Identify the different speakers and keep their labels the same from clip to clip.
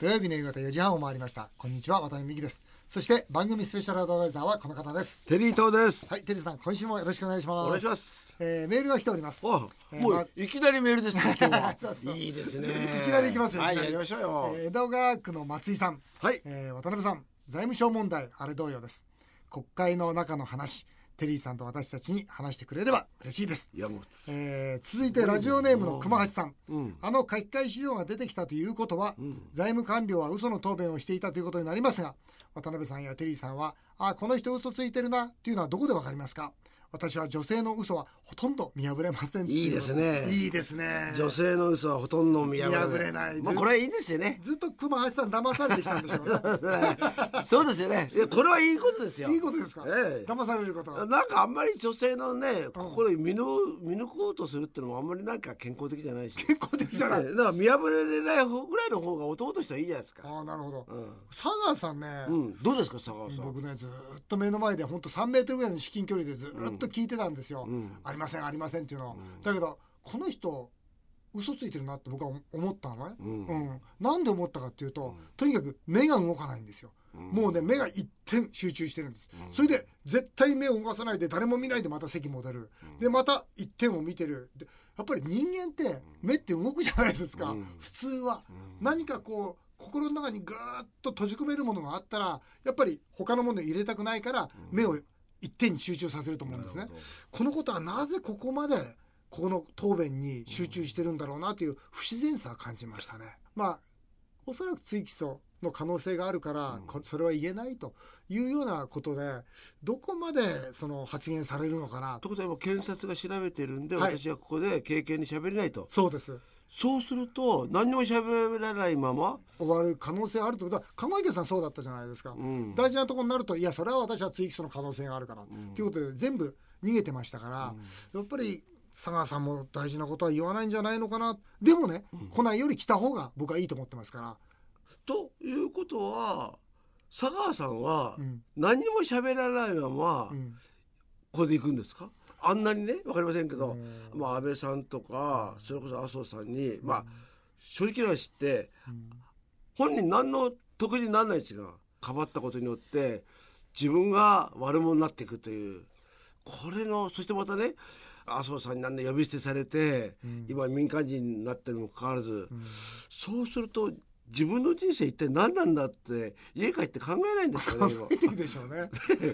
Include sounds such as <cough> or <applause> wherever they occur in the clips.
Speaker 1: 土曜日の夕方4時半を回りましたこんにちは渡辺美希ですそして番組スペシャルアドバイザーはこの方です
Speaker 2: テリー東です。
Speaker 1: はいテリーさん今週もよろしくお願いします
Speaker 2: お願いします。
Speaker 1: えーメールが来ております
Speaker 2: あ、
Speaker 1: えー
Speaker 2: も
Speaker 1: ま
Speaker 2: ういきなりメールで
Speaker 1: <laughs>
Speaker 2: すね。今日は
Speaker 1: そうそう
Speaker 2: いいですね。
Speaker 1: いきなり行きますよ
Speaker 2: はい
Speaker 1: き
Speaker 2: い、や
Speaker 1: なり
Speaker 2: りましょうよ。
Speaker 1: えー江戸川区の松井さん、
Speaker 2: はい
Speaker 1: えー渡辺さん財務省問題あれ同様です国会の中の話テリーさんと私たちに話してくれれば嬉しいです
Speaker 2: いやもう、
Speaker 1: えー続いてラジオネームの熊橋さん、
Speaker 2: うん
Speaker 1: あの書き換え資料が出てきたということは、財務官僚は嘘の答弁をしていたということになりますが渡辺さんやテリーさんはあこの人嘘ついてるなというのはどこでわかりますか私は女性の嘘はほとんど見破れません
Speaker 2: いいですね
Speaker 1: いいですね
Speaker 2: 女性の嘘はほとんど見破れない。
Speaker 1: 見破れない
Speaker 2: まあこれはいいですよね
Speaker 1: <laughs> 。ずっと熊橋さん騙されてきたんでしょうね
Speaker 2: そうですよね。いやこれ <laughs> はいいことですよ。
Speaker 1: いいことですか、
Speaker 2: ええ
Speaker 1: 騙されること
Speaker 2: なんかあんまり女性のね心を見ぬ見抜こうとするってのもあんまりなんか健康的じゃないし。
Speaker 1: 健康的じゃない
Speaker 2: ええだから見破れない方ぐらいの方が男としてはいいじゃないですか。
Speaker 1: ああなるほど、
Speaker 2: うん。
Speaker 1: 佐川さんね、
Speaker 2: うん。どうですか佐川さん。
Speaker 1: 僕ねずーっと目の前で本当3メートルぐらいの至近距離でずーっと聞いてたんですよ、
Speaker 2: うん
Speaker 1: ありませんありませんっていうのを、だけどこの人嘘ついてるなって僕は思ったのね、
Speaker 2: うん
Speaker 1: うんなんで思ったかっていうと、とにかく目が動かないんですよ、もうね目が一点集中してるんです、それで絶対目を動かさないで誰も見ないでまた席戻る、でまた一点を見てるでやっぱり人間って目って動くじゃないですか、
Speaker 2: うん
Speaker 1: 普通は、何かこう心の中にぐーっと閉じ込めるものがあったらやっぱり他のものに入れたくないから目を一点に集中させると思うんですね、このことはなぜここまでここの答弁に集中してるんだろうなという不自然さを感じましたね。まあおそらく追起訴の可能性があるから、こそれは言えないというようなことでどこまでその発言されるのかな
Speaker 2: ということは今検察が調べてるんで、
Speaker 1: はい
Speaker 2: 私はここで経験に喋れないと
Speaker 1: そうです
Speaker 2: そうすると何にも喋らないまま、
Speaker 1: 終わる可能性あるとだから鴨池さんそうだったじゃないですか、
Speaker 2: うん
Speaker 1: 大事なところになるといやそれは私は追起訴の可能性があるから、ということで全部逃げてましたから、やっぱり佐川さんも大事なことは言わないんじゃないのかなでもね、来ないより来た方が僕はいいと思ってますから
Speaker 2: ということは佐川さんは
Speaker 1: うん
Speaker 2: 何にも喋らないまま、
Speaker 1: うん
Speaker 2: ここで行くんですかあんなにね分かりませんけど、
Speaker 1: う
Speaker 2: まあ、安倍さんとかそれこそ麻生さんに、まあ正直な話って本人何の得にならないですがかばったことによって自分が悪者になっていくというこれのそしてまたね麻生さんに何で呼び捨てされて、今民間人になってるにもかかわらず、そうすると自分の人生一体何なんだって家帰って考えないんで
Speaker 1: <laughs>
Speaker 2: すよね今
Speaker 1: 考えてるでしょうね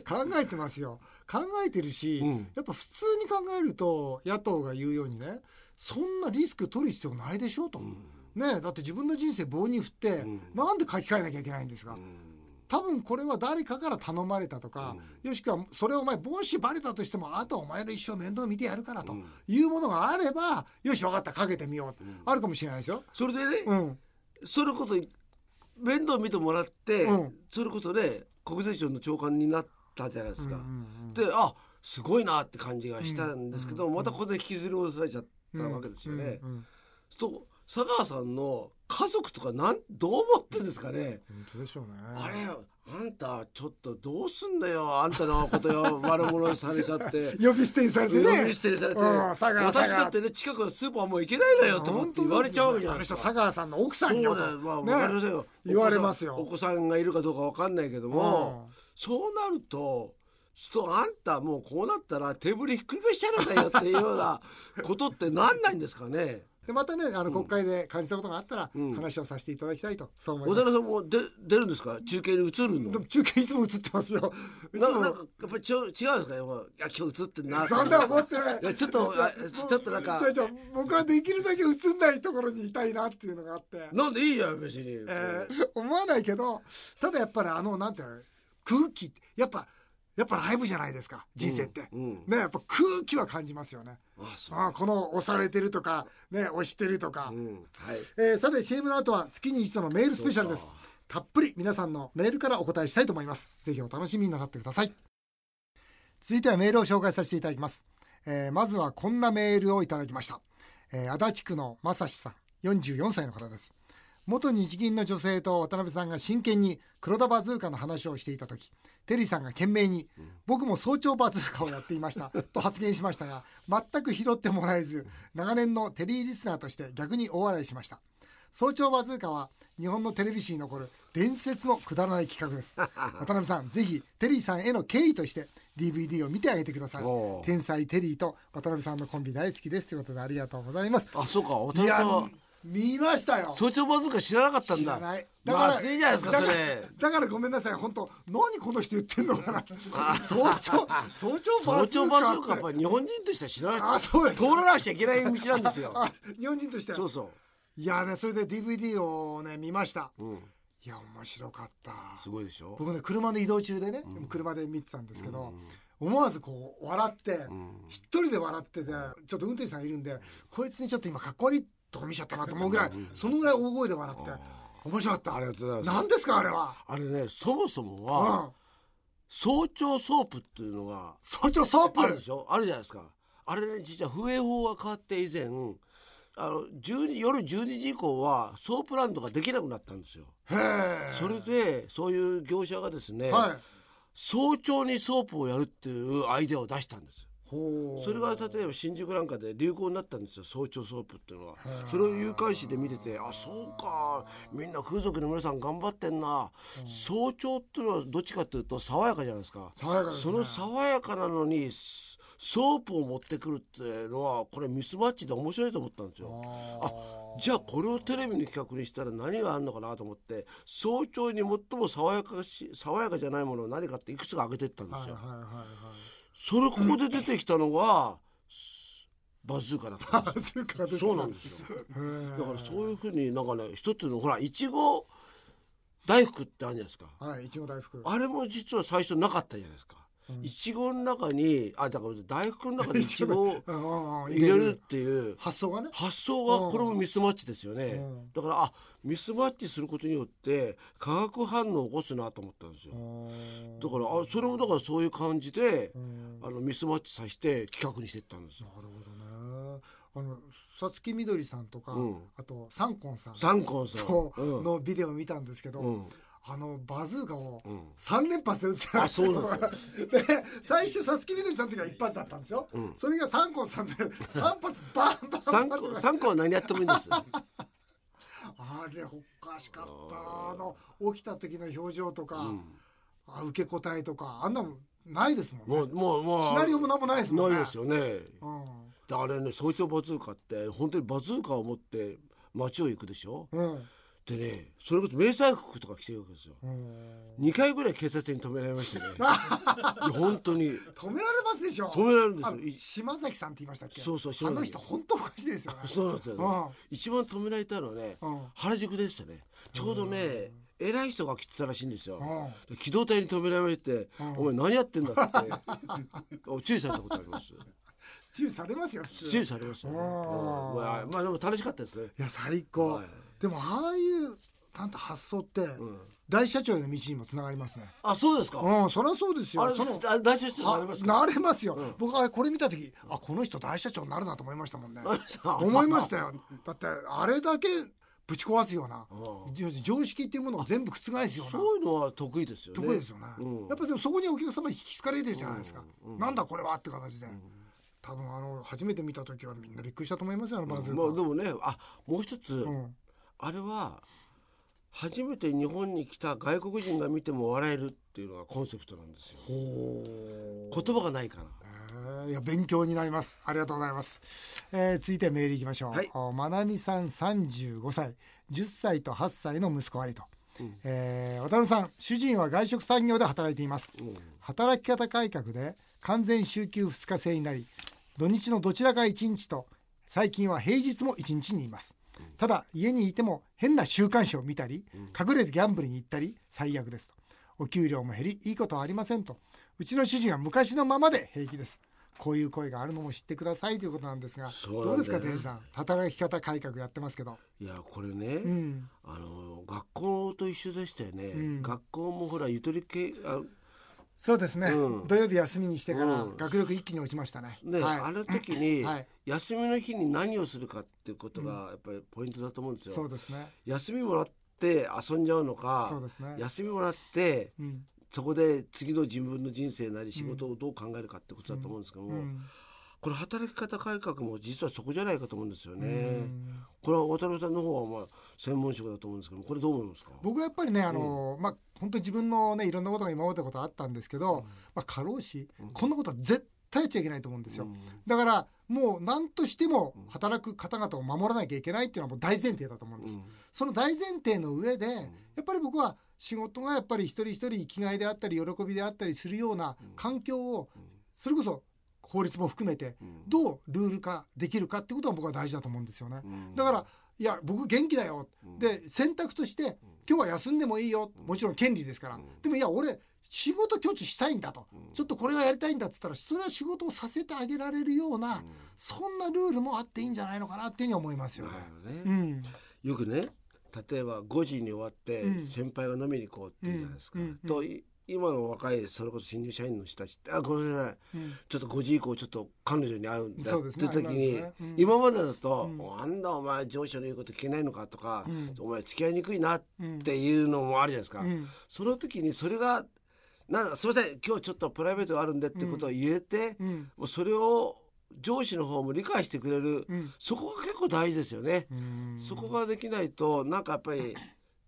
Speaker 1: 考えてますよ考えてるし、 <laughs>
Speaker 2: うん
Speaker 1: やっぱ普通に考えると野党が言うようにねそんなリスク取る必要ないでしょうと、ねえだって自分の人生棒に振って、
Speaker 2: ん
Speaker 1: なんで書き換えなきゃいけないんですか、多分これは誰かから頼まれたとか、よしくはそれをお前帽子バレたとしてもあとはお前の一生面倒見てやるからというものがあればよし分かったかけてみよう、あるかもしれないですよ。
Speaker 2: それでね、
Speaker 1: うん、
Speaker 2: それこそ面倒見てもらって、
Speaker 1: うん
Speaker 2: それこそね国税庁の長官になったじゃないですか。
Speaker 1: うんうん
Speaker 2: であすごいなって感じがしたんですけど、またここで引きずり下ろされちゃったわけですよね。
Speaker 1: うんうん
Speaker 2: と佐川さんの家族とかなんどう思ってんですかね、
Speaker 1: 本当でしょうね。
Speaker 2: あれあんたちょっとどうすんだよあんたのことよ悪者にされち
Speaker 1: <laughs>
Speaker 2: ゃって。
Speaker 1: 呼び捨てにされてね。
Speaker 2: 呼び捨てにされて、
Speaker 1: うん佐川
Speaker 2: 私だってね近くのスーパーもう行けないのよと思って言われちゃうわけじゃない
Speaker 1: あの
Speaker 2: です
Speaker 1: 人
Speaker 2: か。
Speaker 1: 佐川さんの奥さん
Speaker 2: <laughs> そ
Speaker 1: よ
Speaker 2: うだ
Speaker 1: と
Speaker 2: よ、まあ、
Speaker 1: ね
Speaker 2: わかりませんよ。
Speaker 1: 言われますよ
Speaker 2: お子さんお子さんがいるかどうかわかんないけども、
Speaker 1: うん
Speaker 2: そうなると。ちょっとあんたもうこうなったらテーブルひっくり返しちゃいなさいよっていうよう
Speaker 1: <laughs>
Speaker 2: なことってなんないんですかね
Speaker 1: でまたねあの国会で感じたことがあったら、
Speaker 2: うん
Speaker 1: 話をさせていただきたいとそう思い
Speaker 2: 小
Speaker 1: ます
Speaker 2: 田さんもで出るんですか中継に映る
Speaker 1: で
Speaker 2: の
Speaker 1: も中継いつも映ってますよいつ
Speaker 2: なんかな
Speaker 1: も
Speaker 2: んかやっぱりちょ違うんですかやっぱいや今日映ってんな
Speaker 1: そんな思ってない
Speaker 2: いやちょっとあちょっとなんか
Speaker 1: 違う違う僕はできるだけ映んないところにいたいなっていうのがあって、
Speaker 2: なんでいいよ別に、
Speaker 1: えー思わないけどただやっぱりあのなんていうの空気ってやっぱやっぱライブじゃないですか人生って、
Speaker 2: うんうん
Speaker 1: ねやっぱ空気は感じますよね
Speaker 2: あそう、
Speaker 1: あーこの押されてるとかね押してるとか、
Speaker 2: うん、はい
Speaker 1: えーさて CM の後は月に一度のメールスペシャルですたっぷり皆さんのメールからお答えしたいと思いますぜひお楽しみになさってください続いてはメールを紹介させていただきます、えーまずはこんなメールをいただきました、えー足立区のまさしさん44歳の方です元日銀の女性と渡辺さんが真剣に黒田バズーカの話をしていた時テリーさんが懸命に「僕も早朝バズーカをやっていました」と発言しましたが全く拾ってもらえず長年のテリーリスナーとして逆に大笑いしました早朝バズーカは日本のテレビ史に残る伝説のくだらない企画
Speaker 2: <laughs>
Speaker 1: です渡辺さんぜひテリーさんへの敬意として DVD を見てあげてください
Speaker 2: おう
Speaker 1: 天才テリーと渡辺さんのコンビ大好きですということでありがとうございます
Speaker 2: あそうかお
Speaker 1: い
Speaker 2: 父さ
Speaker 1: や
Speaker 2: んは
Speaker 1: 見ましたよ
Speaker 2: 早朝バズーカ知らなかったん
Speaker 1: 知
Speaker 2: だ
Speaker 1: らない
Speaker 2: まずいじゃないですかそ
Speaker 1: だ
Speaker 2: れ
Speaker 1: らだからごめんなさい本当何この人言ってんのかな早
Speaker 2: <laughs>
Speaker 1: 朝早朝バ
Speaker 2: 早
Speaker 1: ズ
Speaker 2: 朝
Speaker 1: ー
Speaker 2: バズ
Speaker 1: カー
Speaker 2: ーカや
Speaker 1: っ
Speaker 2: っ
Speaker 1: て
Speaker 2: ぱ日本人としては知らな
Speaker 1: あ
Speaker 2: い
Speaker 1: そうです
Speaker 2: 通らなくちゃいけない道なんですよ
Speaker 1: <laughs> あ日本人として
Speaker 2: そうそう
Speaker 1: いやねそれで DVD をね見ました
Speaker 2: うん
Speaker 1: いや面白かった
Speaker 2: すごいでしょ
Speaker 1: 僕ね車で移動中でね、車で見てたんですけど、思わずこう笑って、一人で笑っててちょっと運転手さんがいるんで、こいつにちょっと今かっこ悪いとこ見ちゃったなと思うぐらい、そのぐらい大声で笑って、面白かった
Speaker 2: ありがとうございます
Speaker 1: 何ですかあれは、
Speaker 2: あれねそもそも
Speaker 1: う
Speaker 2: は
Speaker 1: ん、
Speaker 2: 早朝ソープっていうのが
Speaker 1: 早朝ソープ
Speaker 2: あるでしょあるじゃないですかあれね実は風営法が変わって以前あの12夜12時以降はソープランドができなくなったんですよ
Speaker 1: へえ
Speaker 2: それでそういう業者がですね、
Speaker 1: はい
Speaker 2: 早朝にソープをやるっていうアイデアを出したんです
Speaker 1: ほう
Speaker 2: それが例えば新宿なんかで流行になったんですよ早朝ソープっていうのはそれを有観誌で見ててあそうかみんな風俗の皆さん頑張ってんな早朝っていうのはどっちかっていうと爽やかじゃないですか
Speaker 1: 爽やかですね
Speaker 2: その爽やかなのにソソープを持ってくるっていうのはこれミスマッチで面白いと思ったんですよあじゃあこれをテレビの企画にしたら何があるのかなと思って早朝に最も爽やかし爽やかじゃないものを何かっていくつか挙げてったんで
Speaker 1: はいはい
Speaker 2: すよ
Speaker 1: は。いはい
Speaker 2: それここで出てきたのが、バズーカだったん <laughs> で
Speaker 1: あそうか
Speaker 2: すよ。そうなんですよ。
Speaker 1: へ
Speaker 2: だ
Speaker 1: え
Speaker 2: からそういうふうになんかね一つのほらいちご大福ってあるじゃないですか。
Speaker 1: はいいちご大福
Speaker 2: あれも実は最初なかったじゃないですか。いちごの中にあだから大福の中 <laughs> にいちごを
Speaker 1: うんうんうん
Speaker 2: 入れるっていう
Speaker 1: 発想がね
Speaker 2: 発想がこれもミスマッチですよね、
Speaker 1: うん
Speaker 2: だからあミスマッチすることによって化学反応を起こすなと思ったんですよ。
Speaker 1: うん
Speaker 2: だからあそれもだからそういう感じで、
Speaker 1: ん
Speaker 2: あのミスマッチさせて企画にしていったんですよ。
Speaker 1: なるほどね。あのさつきみどりさんとか、
Speaker 2: うん
Speaker 1: あとサンコンさん
Speaker 2: サンコンさん
Speaker 1: そう、
Speaker 2: うん
Speaker 1: のビデオ見たんですけど、
Speaker 2: うん
Speaker 1: あのバズーカを
Speaker 2: うん
Speaker 1: 三連発で打つじゃないですか。
Speaker 2: あそうなんで
Speaker 1: <laughs> で最初さつきみどりさんの時は一発だったんですよ。それがサンコン
Speaker 2: <laughs>
Speaker 1: さんで三発バンバン
Speaker 2: サン
Speaker 1: バン
Speaker 2: コン
Speaker 1: って
Speaker 2: サンコンは何やってもいいん
Speaker 1: <laughs>
Speaker 2: です。
Speaker 1: あれおかしかったあの起きた時の表情とか、あ受け答えとかあんなのないですもんね。
Speaker 2: もうもうもう
Speaker 1: シナリオもなんもないですもんね
Speaker 2: ないですよね。
Speaker 1: うん
Speaker 2: だからね早朝バズーカって本当にバズーカを持って街を行くでしょ。
Speaker 1: うん
Speaker 2: でねそれこそ迷彩服とか着てるわけですよ。
Speaker 1: うん
Speaker 2: 二回ぐらい警察に止められま
Speaker 1: <laughs>
Speaker 2: したね。いや本当に
Speaker 1: 止められますでしょ
Speaker 2: 止められるんです
Speaker 1: あ
Speaker 2: よ
Speaker 1: の。
Speaker 2: い
Speaker 1: 島崎さんって言いましたっけ
Speaker 2: そうそう島
Speaker 1: あ
Speaker 2: 崎
Speaker 1: の人本当おかしいですよね
Speaker 2: そうなんですよ、
Speaker 1: うん
Speaker 2: 一番止められたのはね、
Speaker 1: うん
Speaker 2: 原宿でしたねちょうどね、偉い人が来てたらしいんですよ、
Speaker 1: う
Speaker 2: 機動隊に止められて、お前何やってんだって <laughs> お注意されたことあります
Speaker 1: 注意されますよ普通
Speaker 2: 注意
Speaker 1: い
Speaker 2: されましたね、
Speaker 1: うん
Speaker 2: うんまあ、まあでも楽しかったですね
Speaker 1: や最高、
Speaker 2: はい
Speaker 1: でもああいうなんて発想って、大社長への道にもつながりますね
Speaker 2: あそうですか、
Speaker 1: うんそりゃそうですよ
Speaker 2: あれ
Speaker 1: その
Speaker 2: あ大出世ありますか
Speaker 1: なれますよ、僕はこれ見た時あこの人大社長になるなと思いましたもんね
Speaker 2: な <laughs> りました
Speaker 1: 思いましたよだってあれだけぶち壊すような要するに常識っていうものを全部覆すような
Speaker 2: そういうのは得意ですよね
Speaker 1: 得意ですよね、
Speaker 2: うん
Speaker 1: やっぱでもそこにお客様に引きつかれるじゃないですか、なんだこれはって形で、多分あの初めて見た時はみんなびっくりしたと思いますよあのバズーカ、
Speaker 2: まあでもねあもう一つ、
Speaker 1: ん
Speaker 2: あれは初めて日本に来た外国人が見ても笑えるっていうのがコンセプトなんですよ
Speaker 1: ほ
Speaker 2: 言葉がないから
Speaker 1: うへえいや勉強になりますありがとうございます、えー続いてメールいきましょう、
Speaker 2: はい
Speaker 1: おまなみさん35歳10歳と8歳の息子ありと、えー渡辺さん主人は外食産業で働いています、働き方改革で完全週休2日制になり土日のどちらか1日と最近は平日も1日にいますただ家にいても変な週刊誌を見たり隠れてギャンブルに行ったり最悪ですとお給料も減りいいことはありませんとうちの主人は昔のままで平気ですこういう声があるのも知ってくださいということなんですが
Speaker 2: そう
Speaker 1: ど
Speaker 2: な
Speaker 1: うんで
Speaker 2: だよね
Speaker 1: すかテリーさん働き方改革やってますけど
Speaker 2: いやこれね、
Speaker 1: うん
Speaker 2: あの学校と一緒でしたよね、
Speaker 1: ん
Speaker 2: 学校もほらゆとり系あ
Speaker 1: そうですね、
Speaker 2: うん
Speaker 1: 土曜日休みにしてから
Speaker 2: うん
Speaker 1: 学力一気に落ちましたね、
Speaker 2: ね、
Speaker 1: はい
Speaker 2: あの時に、
Speaker 1: はい
Speaker 2: 休みの日に何をするかっていうことがやっぱりポイントだと思うんですよ、
Speaker 1: そうですね
Speaker 2: 休みもらって遊んじゃうのか
Speaker 1: そうですね
Speaker 2: 休みもらって
Speaker 1: うん
Speaker 2: そこで次の自分の人生なり仕事をどう考えるかってことだと思うんですけども、
Speaker 1: うん
Speaker 2: これ働き方改革も実はそこじゃないかと思うんですよね。
Speaker 1: うん
Speaker 2: これは渡辺さんの方はまあ専門職だと思うんですけどこれどう思いますか
Speaker 1: 僕はやっぱりねあの、まあ本当に自分のねいろんなことが今までのことあったんですけど、まあ、過労死、こんなことは絶対やっちゃいけないと思うんですよ、
Speaker 2: うん
Speaker 1: だからもう何としても働く方々を守らなきゃいけないっていうのはもう大前提だと思うんです、
Speaker 2: うん
Speaker 1: その大前提の上で、やっぱり僕は仕事がやっぱり一人一人生きがいであったり喜びであったりするような環境をそれこそ法律も含めて
Speaker 2: ん
Speaker 1: どうルール化できるかってことは僕は大事だと思うんですよね。
Speaker 2: うん
Speaker 1: だからいや僕元気だよ、で選択として今日は休んでもいいよもちろん権利ですから、でもいや俺仕事拒否したいんだと、ちょっとこれがやりたいんだって言ったらそれは仕事をさせてあげられるような、そんなルールもあっていいんじゃないのかなっていうふうに思いますよね。
Speaker 2: ね
Speaker 1: うん
Speaker 2: よくね例えば5時に終わって
Speaker 1: うん
Speaker 2: 先輩が飲みに行こうって言うじゃないですか。
Speaker 1: うんうんうん
Speaker 2: とい今の若いそれこそ新入社員の人たちって「あごめんなさい
Speaker 1: うん
Speaker 2: ちょっと5時以降ちょっと彼女に会うんだ」
Speaker 1: そ
Speaker 2: っ
Speaker 1: うです
Speaker 2: て
Speaker 1: ね
Speaker 2: 時
Speaker 1: 会い
Speaker 2: に、
Speaker 1: ますねうん
Speaker 2: 今までだと「もうあんだお前上司の言うこと聞けないのか」とか、
Speaker 1: うん
Speaker 2: お前付き合いにくいな」っていうのもあるじゃないですか。
Speaker 1: うん
Speaker 2: その時にそれがなんかすみません今日ちょっとプライベートがあるんでってことを言えて、
Speaker 1: うん
Speaker 2: もうそれを上司の方も理解してくれる、
Speaker 1: うん
Speaker 2: そこが結構大事ですよね。
Speaker 1: うん
Speaker 2: そこができないとなんかやっぱり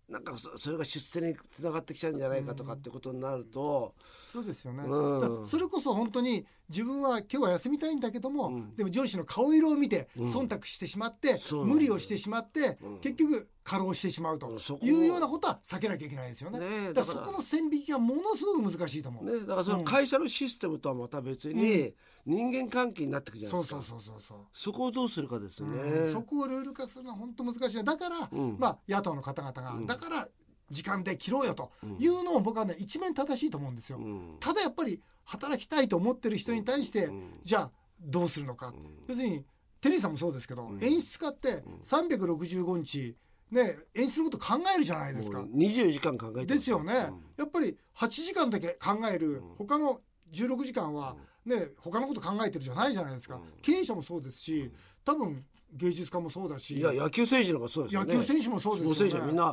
Speaker 2: なんかそそれが出世につながってきちゃうんじゃないかとかってことになると、
Speaker 1: そうですよね、
Speaker 2: うん
Speaker 1: だからそれこそ本当に自分は今日は休みたいんだけども、
Speaker 2: うん
Speaker 1: でも上司の顔色を見て
Speaker 2: ん
Speaker 1: 忖度してしまって、
Speaker 2: そうなんだ
Speaker 1: 無理をしてしまって、
Speaker 2: うん
Speaker 1: 結局過労してしまうと
Speaker 2: うんそこ
Speaker 1: いうようなことは避けなきゃいけないですよね。
Speaker 2: ねえ
Speaker 1: だ
Speaker 2: だ
Speaker 1: か
Speaker 2: からら
Speaker 1: そこの線引きがものすごく難しいと思う。
Speaker 2: ね、だからその会社のシステムとはまた別に人間関係になってくるじゃな
Speaker 1: そ
Speaker 2: いうですか。
Speaker 1: そうそうそうそう。
Speaker 2: そこをどうするかですね。
Speaker 1: うんそこをルール化するのは本当難しいだから、
Speaker 2: うん
Speaker 1: まあ、野党の方々が、
Speaker 2: うん
Speaker 1: だから時間で切ろうよというのを僕はね一面正しいと思うんですよ。
Speaker 2: うん
Speaker 1: ただやっぱり働きたいと思ってる人に対して、
Speaker 2: うん
Speaker 1: じゃあどうするのか、
Speaker 2: ん
Speaker 1: 要するにテリーさんもそうですけど、演出家って365日、ね、演出のこと考えるじゃないですか。
Speaker 2: 24時間考えてます
Speaker 1: ですよね、やっぱり8時間だけ考える、他の16時間は、ね、他のこと考えてるじゃないじゃないですか、経営者もそうですし、多分芸術家もそうだし
Speaker 2: いや野球選手の方がそうですよ
Speaker 1: 野
Speaker 2: ね。
Speaker 1: 球選手もそうで
Speaker 2: もう
Speaker 1: す
Speaker 2: 選手
Speaker 1: よ
Speaker 2: は
Speaker 1: ね
Speaker 2: みんな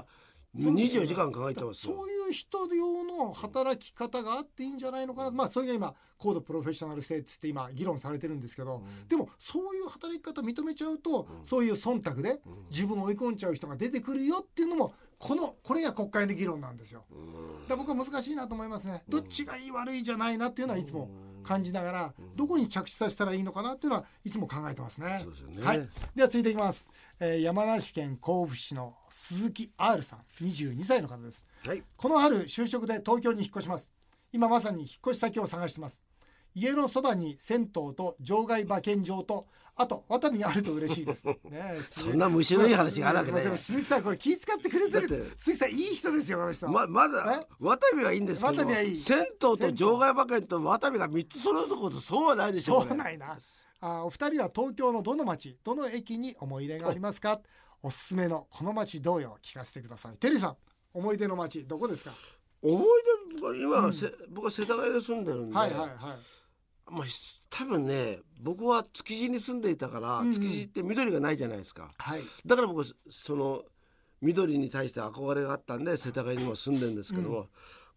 Speaker 1: そうですよ
Speaker 2: 24時間考えてます
Speaker 1: そ
Speaker 2: よ
Speaker 1: う。いう人用の働き方があっていいんじゃないのかな、まあ、それが今高度プロフェッショナル性っつって今議論されてるんですけど、でもそういう働き方認めちゃうと、そういう忖度で自分を追い込んじゃう人が出てくるよっていうのもこのこれが国会の議論なんですよ。だから僕は難しいなと思いますね。どっちがいい悪いじゃないなっていうのはいつも感じながら、どこに着地させたらいいのかなっていうのはいつも考えてますね。
Speaker 2: そうですよね
Speaker 1: はい。では続いていきます。えー山梨県甲府市の鈴木 R さん、22歳の方です。
Speaker 2: はい。
Speaker 1: この春就職で東京に引っ越します今まさに引っ越し先を探してます家のそばに銭湯と場外馬券場とあとワタミがあると嬉しい
Speaker 2: <laughs>
Speaker 1: ですねえ
Speaker 2: そんな虫のいい話があるわけ
Speaker 1: ま
Speaker 2: ない
Speaker 1: でも鈴木さんこれ気遣ってくれて
Speaker 2: だっ
Speaker 1: る
Speaker 2: て
Speaker 1: 鈴木さんいい人ですよこの人、
Speaker 2: ままず
Speaker 1: え
Speaker 2: 渡部はいいんですけ
Speaker 1: 渡
Speaker 2: ど
Speaker 1: 部はいい
Speaker 2: 銭湯と場外馬券と渡部が3つ揃うとことそうはないでしょ
Speaker 1: そうないいなあお二人は東京のどの町どの駅に思い入れがありますかおすすめのこの町どうよ聞かせてくださいテリーさん思い出の町どこですか
Speaker 2: 思い出とか今、せ僕は世田谷で住んでるんで、
Speaker 1: はいはいはい
Speaker 2: まあ、ひ多分ね僕は築地に住んでいたから、
Speaker 1: んうん
Speaker 2: 築地って緑がないじゃないですか
Speaker 1: はい
Speaker 2: だから僕その緑に対して憧れがあったんで世田谷にも住んでるんですけども、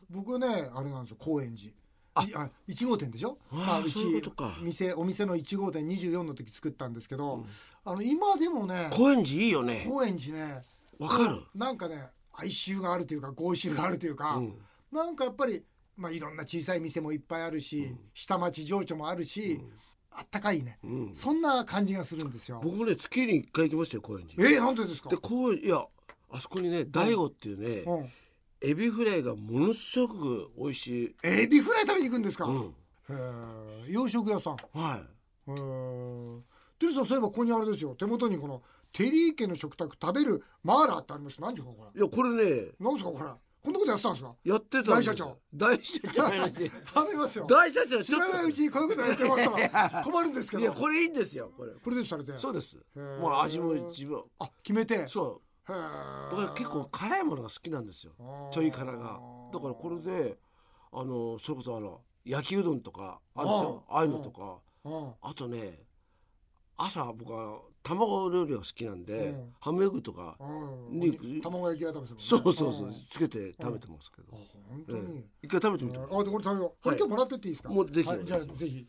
Speaker 1: 僕ねあれなんですよ高円寺いあ1号店でしょ、
Speaker 2: あー
Speaker 1: うち
Speaker 2: そういうことか
Speaker 1: 店お店の1号店24の時作ったんですけど、あの今でもね
Speaker 2: 高円寺いいよね
Speaker 1: 高円寺ね
Speaker 2: わかる
Speaker 1: なんかね哀愁があるというか豪愁があるというか、
Speaker 2: うん
Speaker 1: なんかやっぱり、まあ、いろんな小さい店もいっぱいあるし、下町情緒もあるし、あったかいね、
Speaker 2: うん
Speaker 1: そんな感じがするんですよ。
Speaker 2: 僕もね月に1回行きましたよ高円寺
Speaker 1: えー、なんでですか
Speaker 2: で高円いやあそこにね大悟っていうね、
Speaker 1: うん、
Speaker 2: エビフライがものすごく美味しい。
Speaker 1: エビフライ食べに行くんですか、
Speaker 2: うん。
Speaker 1: へえ洋食屋さん
Speaker 2: は
Speaker 1: へーテリーさんそういえばここにあれですよ手元にこのテリー家の食卓食べるマーラーってあります何ですかこ
Speaker 2: い。
Speaker 1: れ
Speaker 2: いや、これね、
Speaker 1: 何ですかこれこんなことやってたんですか
Speaker 2: やってたんですよ
Speaker 1: 大社長。
Speaker 2: 大社長やら
Speaker 1: <laughs>
Speaker 2: れて。
Speaker 1: 食べますよ
Speaker 2: 大社長、
Speaker 1: 知
Speaker 2: ちょ
Speaker 1: らないう
Speaker 2: っ
Speaker 1: ちにこういうことやってもらったら困るんですけ
Speaker 2: と。
Speaker 1: ど
Speaker 2: いや、これいいんですよ、これ。
Speaker 1: プロデュースされて
Speaker 2: そうです。
Speaker 1: ー
Speaker 2: もう味も自分。
Speaker 1: あ決めて
Speaker 2: そう。
Speaker 1: へ
Speaker 2: 僕は
Speaker 1: ー
Speaker 2: 結構辛いものが好きなんですよ
Speaker 1: あー。
Speaker 2: ちょい辛が。だからこれで、あの、それこそあの、焼きうどんとか、あるでしょ
Speaker 1: あー
Speaker 2: ああいうのとか。
Speaker 1: うん
Speaker 2: あとね、朝僕は卵料理が好きなんで
Speaker 1: うん、
Speaker 2: ハムエッグとか、
Speaker 1: うん
Speaker 2: 肉
Speaker 1: 卵焼きは食べてます
Speaker 2: そ
Speaker 1: もんね
Speaker 2: うそうそ
Speaker 1: ん
Speaker 2: う、つけて食べてますけど
Speaker 1: あ。本当
Speaker 2: え
Speaker 1: に
Speaker 2: え一回食べてみてください
Speaker 1: あでこれ食べようこれ今日もらってっていいですか
Speaker 2: もうぜひ
Speaker 1: はいじゃあぜひ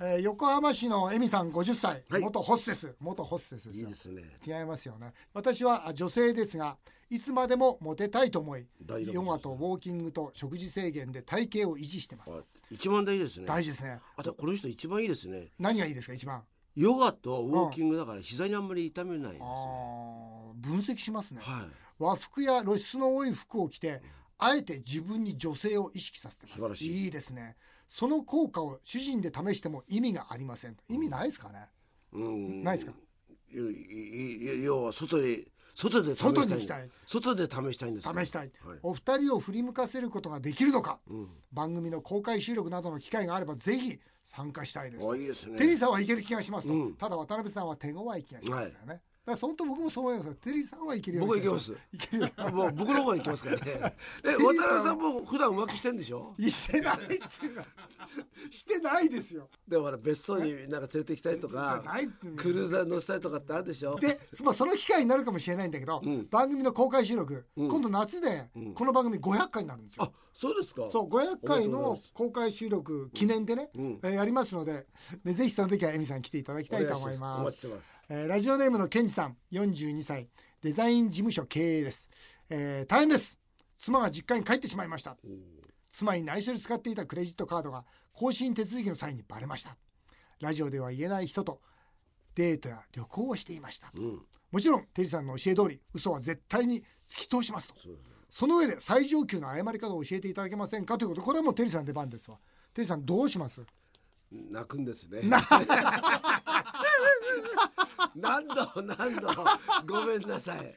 Speaker 1: えー横浜市のエミさん50歳、
Speaker 2: はい
Speaker 1: 元ホステス元ホステスです
Speaker 2: いい
Speaker 1: よ
Speaker 2: ですね
Speaker 1: 違いますよね私はあ女性ですがいつまでもモテたいと思い
Speaker 2: 大丈夫
Speaker 1: ヨガとウォーキングと食事制限で体型を維持してます、
Speaker 2: あ一番大事ですね
Speaker 1: 大事ですね
Speaker 2: あとこの人一番いいですね
Speaker 1: 何がいいですか一番
Speaker 2: ヨガとウォーキングだから膝にあんまり痛めないですね
Speaker 1: あー分析しますね、
Speaker 2: はい
Speaker 1: 和服や露出の多い服を着てあえて自分に女性を意識させてます
Speaker 2: 素晴らしい
Speaker 1: いですねその効果を主人で試しても意味がありません意味ないですかね、
Speaker 2: うん
Speaker 1: ないですか
Speaker 2: いいい要は外で外で試したい
Speaker 1: 外に行きたい
Speaker 2: 外で試したいんですね
Speaker 1: 試したい、
Speaker 2: はい
Speaker 1: お二人を振り向かせることができるのか、番組の公開収録などの機会があればぜひ参加したいです
Speaker 2: あいいですね
Speaker 1: テリーさんはいける気がしますと、ただ渡辺さんは手強い気がしますよね、だから本当僕もそう思いますテリーさんはいけるような気がしますいけるような
Speaker 2: もう僕の方が行きますから
Speaker 1: <laughs>
Speaker 2: ねえ渡辺さんも普段浮気してんでしょ
Speaker 1: してないっていうか <laughs> してないですよ
Speaker 2: でもほら別荘になんか連れて行きたいとか
Speaker 1: ないって
Speaker 2: クルーザー乗せたいとかってあるでしょ
Speaker 1: で、 <laughs> まあ、その機会になるかもしれないんだけど、番組の公開収録、今度夏でこの番組500回になるんですよ。
Speaker 2: あそうですか
Speaker 1: そう500回の
Speaker 2: お
Speaker 1: 公開収録記念でね、えーやりますのででぜひその時はエミさん来ていただきたいと思い
Speaker 2: お
Speaker 1: ま
Speaker 2: 待ちし
Speaker 1: す
Speaker 2: てます
Speaker 1: えーラジオネームのケンジさん42歳デザイン事務所経営です、えー大変です妻が実家に帰ってしまいました妻に内緒で使っていたクレジットカードが更新手続きの際にバレましたラジオでは言えない人とデートや旅行をしていました、もちろんテリーさんの教え通り嘘は絶対に突き通しますとその上で最上級の謝り方を教えていただけませんかということこれはもうテリーさんの出番ですわテリーさんどうします
Speaker 2: 泣くんで
Speaker 1: <laughs>
Speaker 2: すね何度何度ごめんなさい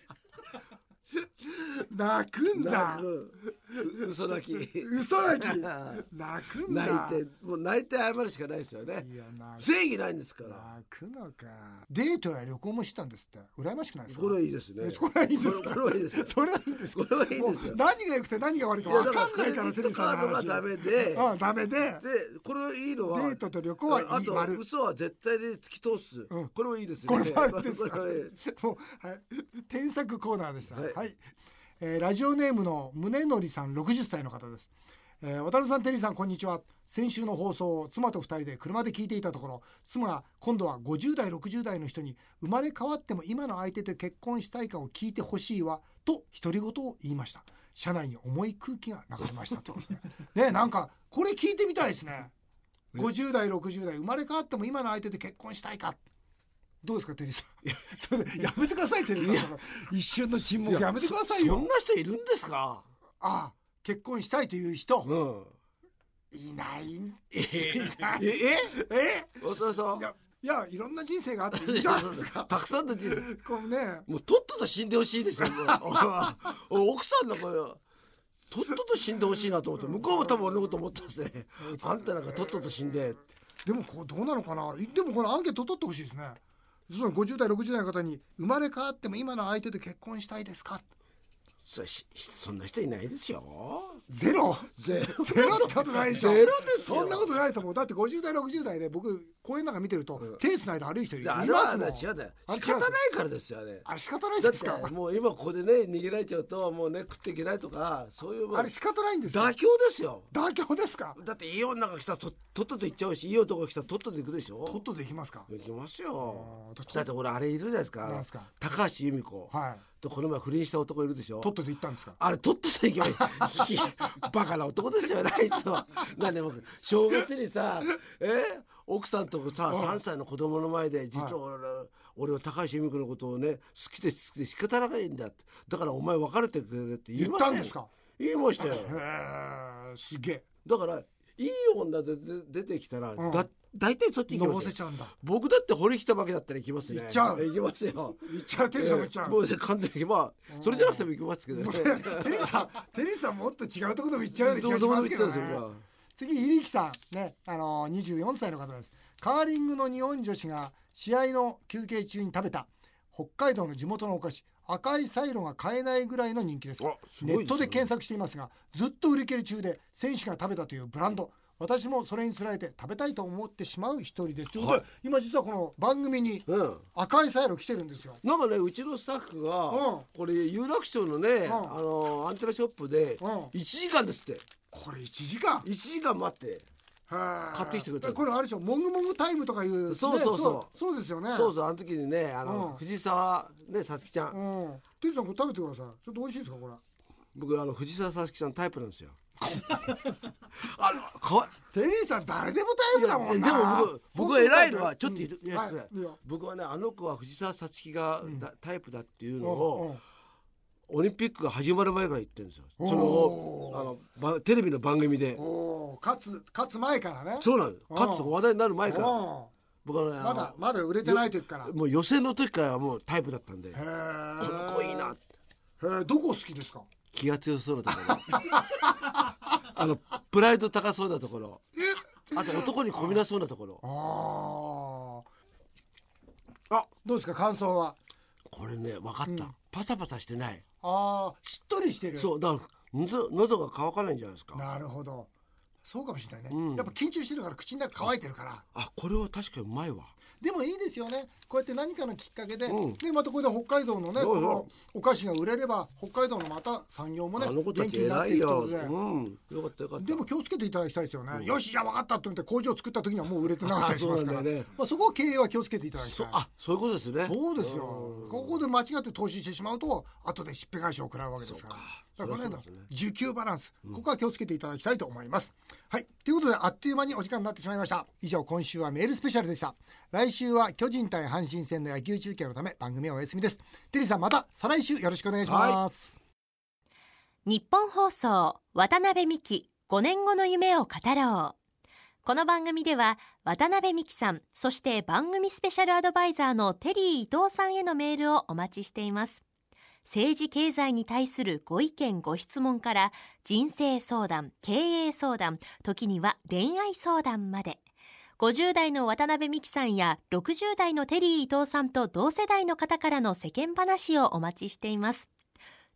Speaker 1: 泣くんだ
Speaker 2: 泣くう嘘泣き
Speaker 1: 嘘泣
Speaker 2: <laughs>
Speaker 1: き泣くんだ
Speaker 2: 泣いてもう泣いて謝るしかないですよね
Speaker 1: いやな
Speaker 2: 正義ないんですから
Speaker 1: 泣くのかデートや旅行もしてたんですって羨ましくないですか
Speaker 2: これはいいですね
Speaker 1: これはいいんですか
Speaker 2: これはいいですよ
Speaker 1: それはいいんですか
Speaker 2: これはいいです
Speaker 1: も
Speaker 2: よ
Speaker 1: う何が良くて何が悪いか
Speaker 2: いや
Speaker 1: 分
Speaker 2: だ
Speaker 1: か
Speaker 2: から
Speaker 1: んないから
Speaker 2: ク
Speaker 1: テレ
Speaker 2: レジット
Speaker 1: ビ
Speaker 2: カ
Speaker 1: さん
Speaker 2: ード
Speaker 1: の
Speaker 2: が
Speaker 1: 話
Speaker 2: ダメで
Speaker 1: うんダメで
Speaker 2: でこれいいのは
Speaker 1: デートと旅行はいい
Speaker 2: あと
Speaker 1: 丸
Speaker 2: 嘘は絶対に突き通す、
Speaker 1: うん
Speaker 2: これもいいですね
Speaker 1: これもあるんですか
Speaker 2: これはいい
Speaker 1: <laughs> もうはい添削コーナーでしたは
Speaker 2: はいい、
Speaker 1: えーラジオネームの宗則さん60歳の方です、えー渡辺さんテリーさんこんにちは先週の放送を妻と2人で車で聞いていたところ妻が今度は50代60代の人に生まれ変わっても今の相手と結婚したいかを聞いてほしいわと独り言を言いました車内に重い空気が流れま <laughs> したということですねねなんかこれ聞いてみたいですね50代60代生まれ変わっても今の相手と結婚したいかどうですかテリーさん <laughs> それやめてくださいテリーさん一瞬の沈黙やめてください
Speaker 2: そん
Speaker 1: よ
Speaker 2: な人いるんですか
Speaker 1: ああ結婚したいという人
Speaker 2: うん
Speaker 1: いない
Speaker 2: ええ
Speaker 1: え
Speaker 2: 渡辺さん
Speaker 1: いやいやいろんな人生があっていいじゃ
Speaker 2: <laughs>
Speaker 1: ないですか
Speaker 2: たくさんの人生
Speaker 1: こうね
Speaker 2: もうとっとと死んでほしいですよ
Speaker 1: <laughs>
Speaker 2: もうお奥さんなんかとっとと死んでほしいなと思って向こうも多分俺のこと思ったんですねあんたなんかとっとと死んでって
Speaker 1: でもこうどうなのかないでもこのアンケート取ってほしいですねその50代60代の方に生まれ変わっても今の相手と結婚したいですか
Speaker 2: そしそんな人いないですよ
Speaker 1: ゼロ
Speaker 2: ゼロ
Speaker 1: ゼロってことないでしょ
Speaker 2: ゼロですよ
Speaker 1: そんなことないと思うだって50代60代で僕公園なんか見てると、手つないで歩いてる人い
Speaker 2: あ
Speaker 1: い
Speaker 2: れ
Speaker 1: ま
Speaker 2: は
Speaker 1: す
Speaker 2: あ
Speaker 1: も
Speaker 2: れ
Speaker 1: ん
Speaker 2: は違うんだよ
Speaker 1: あれ
Speaker 2: 仕
Speaker 1: 違
Speaker 2: 方
Speaker 1: う
Speaker 2: ないからですよね
Speaker 1: あ仕方ない
Speaker 2: だ
Speaker 1: で
Speaker 2: っ
Speaker 1: すか
Speaker 2: てもう今ここでね逃げられちゃうともうね食っていけないとかそういうもう
Speaker 1: あれ仕方ないんですよ
Speaker 2: 妥協ですよ
Speaker 1: 妥協ですか
Speaker 2: だっていい女が来たらととっとと行っちゃうしいい男が来たらとっとと行くでし
Speaker 1: とっ
Speaker 2: ょ
Speaker 1: とできますか
Speaker 2: 行きますよ
Speaker 1: あーだって
Speaker 2: だって俺あれいるじゃないですか
Speaker 1: なんすか
Speaker 2: 高橋由美子
Speaker 1: はい
Speaker 2: とこの前不倫した男いるでしょ
Speaker 1: とっとで行ったんですか
Speaker 2: あれとっとと行けばいい
Speaker 1: <laughs>
Speaker 2: ひバカな男ですよねあいつはなんでも正月にさえ奥さんとさ3歳の子供の前で実は俺,、俺は高橋由美子のことをね好きで好きで仕方ないんだってだからお前別れてくれって言いました
Speaker 1: 言った
Speaker 2: よ
Speaker 1: んですか
Speaker 2: 言いましたよ
Speaker 1: へえすげえ
Speaker 2: だからいい女で出てきたら、
Speaker 1: うん
Speaker 2: だ大体取っていき
Speaker 1: の
Speaker 2: ま
Speaker 1: ぼ
Speaker 2: す
Speaker 1: せ
Speaker 2: よ
Speaker 1: ちゃうんだ
Speaker 2: 僕だって堀北真希だったら行きますね
Speaker 1: 行っちゃう
Speaker 2: 行きますよ
Speaker 1: 行っちゃうテリーさんも行っちゃ
Speaker 2: も
Speaker 1: う
Speaker 2: う完全にまあそれじゃなくても行きますけ
Speaker 1: <laughs>
Speaker 2: どね
Speaker 1: テリーさんテリーさんもっと違うところでも行っちゃうような気
Speaker 2: ど
Speaker 1: がし
Speaker 2: うどう
Speaker 1: ま
Speaker 2: も
Speaker 1: す
Speaker 2: 行
Speaker 1: け
Speaker 2: っち
Speaker 1: ど
Speaker 2: ゃうん
Speaker 1: ね
Speaker 2: ですよ
Speaker 1: 次入木さんねあのー、24歳の方ですカーリングの日本女子が試合の休憩中に食べた北海道の地元のお菓子赤いサイロが買えないぐらいの人気です
Speaker 2: あすご
Speaker 1: ネ
Speaker 2: いですね
Speaker 1: ットで検索していますがずっと売り切れ中で選手が食べたというブランド私もそれにつられて食べたいと思ってしまう一人ですということで、
Speaker 2: はい
Speaker 1: 今実はこの番組に
Speaker 2: うん
Speaker 1: 赤いサイロ来てるんですよ
Speaker 2: なんかねうちのスタッフが、
Speaker 1: うん
Speaker 2: これ有楽町のね、あのアンテナショップで
Speaker 1: うん
Speaker 2: 1時間ですって
Speaker 1: これ1時間
Speaker 2: 1時間待って
Speaker 1: 買
Speaker 2: 買ってきてくれたの
Speaker 1: これあれでしょもぐもぐタイムとかいう、ね、
Speaker 2: そうそうそう
Speaker 1: そうそうですよね
Speaker 2: そうそうあの時にねあの、
Speaker 1: うん
Speaker 2: 藤沢ねさつきちゃん、
Speaker 1: うんてつさんこれ食べてくださいちょっと美味しいですかこれ
Speaker 2: 僕あの藤沢さつきちゃんタイプなんです
Speaker 1: <laughs>
Speaker 2: よあのかわい
Speaker 1: テリーさん誰でもタイプだも
Speaker 2: い
Speaker 1: んな
Speaker 2: やでも僕僕偉いのはちょっと言って
Speaker 1: うん
Speaker 2: 言わせてくださ
Speaker 1: はいいいよ
Speaker 2: 僕はねあの子は藤沢さつきがだタイプだっていうの
Speaker 1: うんう
Speaker 2: を
Speaker 1: ん
Speaker 2: オリンピックが始まる前から言ってるんですよ
Speaker 1: おー
Speaker 2: そのあのばテレビの番組で
Speaker 1: おお勝つ勝つ前からね
Speaker 2: そうなんです
Speaker 1: うん
Speaker 2: かつて話題になる前から
Speaker 1: お
Speaker 2: 僕はね
Speaker 1: ー
Speaker 2: あ
Speaker 1: ま
Speaker 2: の
Speaker 1: だまだ売れてない時からへ
Speaker 2: もう予選の時からもうタイプだったんでこ
Speaker 1: え
Speaker 2: の子いいなって
Speaker 1: へえどこ好きですか
Speaker 2: 気が強そうなところ <laughs> あのプライド高そうなところあと男にこびなそうなところ
Speaker 1: ああ
Speaker 2: あ
Speaker 1: どうですか感想は
Speaker 2: これね分かった、パサパサしてない
Speaker 1: ああしっとりしてる
Speaker 2: そうだから喉喉が乾かないんじゃないですか
Speaker 1: なるほどそうかもしれないね、
Speaker 2: うん
Speaker 1: やっぱ緊張してるから口の中乾いてるから
Speaker 2: あこれは確かにうまいわ
Speaker 1: でもいいですよねこうやって何かのきっかけで、
Speaker 2: うん
Speaker 1: でまたこれで北海道のね
Speaker 2: そうそう
Speaker 1: このお菓子が売れれば北海道のまた産業もね
Speaker 2: あの子た
Speaker 1: 元気
Speaker 2: ち
Speaker 1: になっ
Speaker 2: 偉
Speaker 1: てい
Speaker 2: い
Speaker 1: くというこ
Speaker 2: よ、
Speaker 1: とで
Speaker 2: うん、よかったよかった
Speaker 1: でも気をつけていただきたいですよね、よしじゃあ分かったと思って工場を作った時にはもう売れてなかったりしますか
Speaker 2: <laughs> あ
Speaker 1: らそ,、
Speaker 2: そうなんだよね
Speaker 1: まあ、そこは経営は気をつけていただきた
Speaker 2: そ
Speaker 1: い
Speaker 2: あそういうことですね
Speaker 1: そうですよここで間違って投資してしまうと後でしっぺ返しを食らうわけですから
Speaker 2: そうか
Speaker 1: だからこの
Speaker 2: そ
Speaker 1: 辺
Speaker 2: りゃそう
Speaker 1: の需給バランス、ここは気をつけていただきたいと思いますはいということであっという間にお時間になってしまいました以上今週はメールスペシャルでした来週は巨人対阪神戦の野球中継のため番組はお休みですテリーさんまた再来週よろしくお願いします、
Speaker 3: 日本放送渡辺美希5年後の夢を語ろうこの番組では渡辺美希さんそして番組スペシャルアドバイザーのテリー伊藤さんへのメールをお待ちしています政治経済に対するご意見ご質問から人生相談経営相談時には恋愛相談まで50代の渡辺美希さんや60代のテリー伊藤さんと同世代の方からの世間話をお待ちしています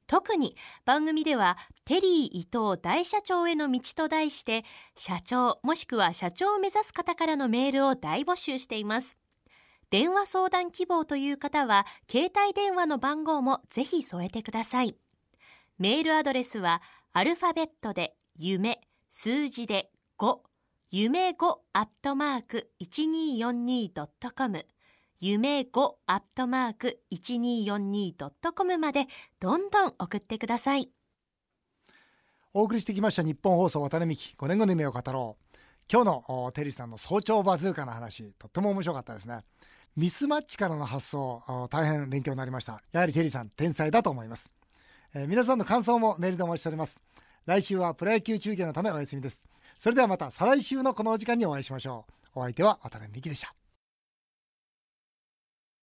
Speaker 3: 特に番組ではテリー伊藤大社長への道と題して社長もしくは社長を目指す方からのメールを大募集しています電話相談希望という方は携帯電話の番号もぜひ添えてくださいメールアドレスはアルファベットで夢数字で5夢5アットマーク 1242.com 夢5アットマーク 1242.com までどんどん送ってください
Speaker 1: お送りしてきました日本放送渡辺美希5年後の夢を語ろう今日のおテリーさんの早朝バズーカの話とっても面白かったですねミスマッチからの発想お大変勉強になりましたやはりテリーさん天才だと思います、えー皆さんの感想もメールでお待ちしております来週はプロ野球中継のためお休みですそれではまた再来週のこのお時間にお会いしましょうお相手は渡辺美希でした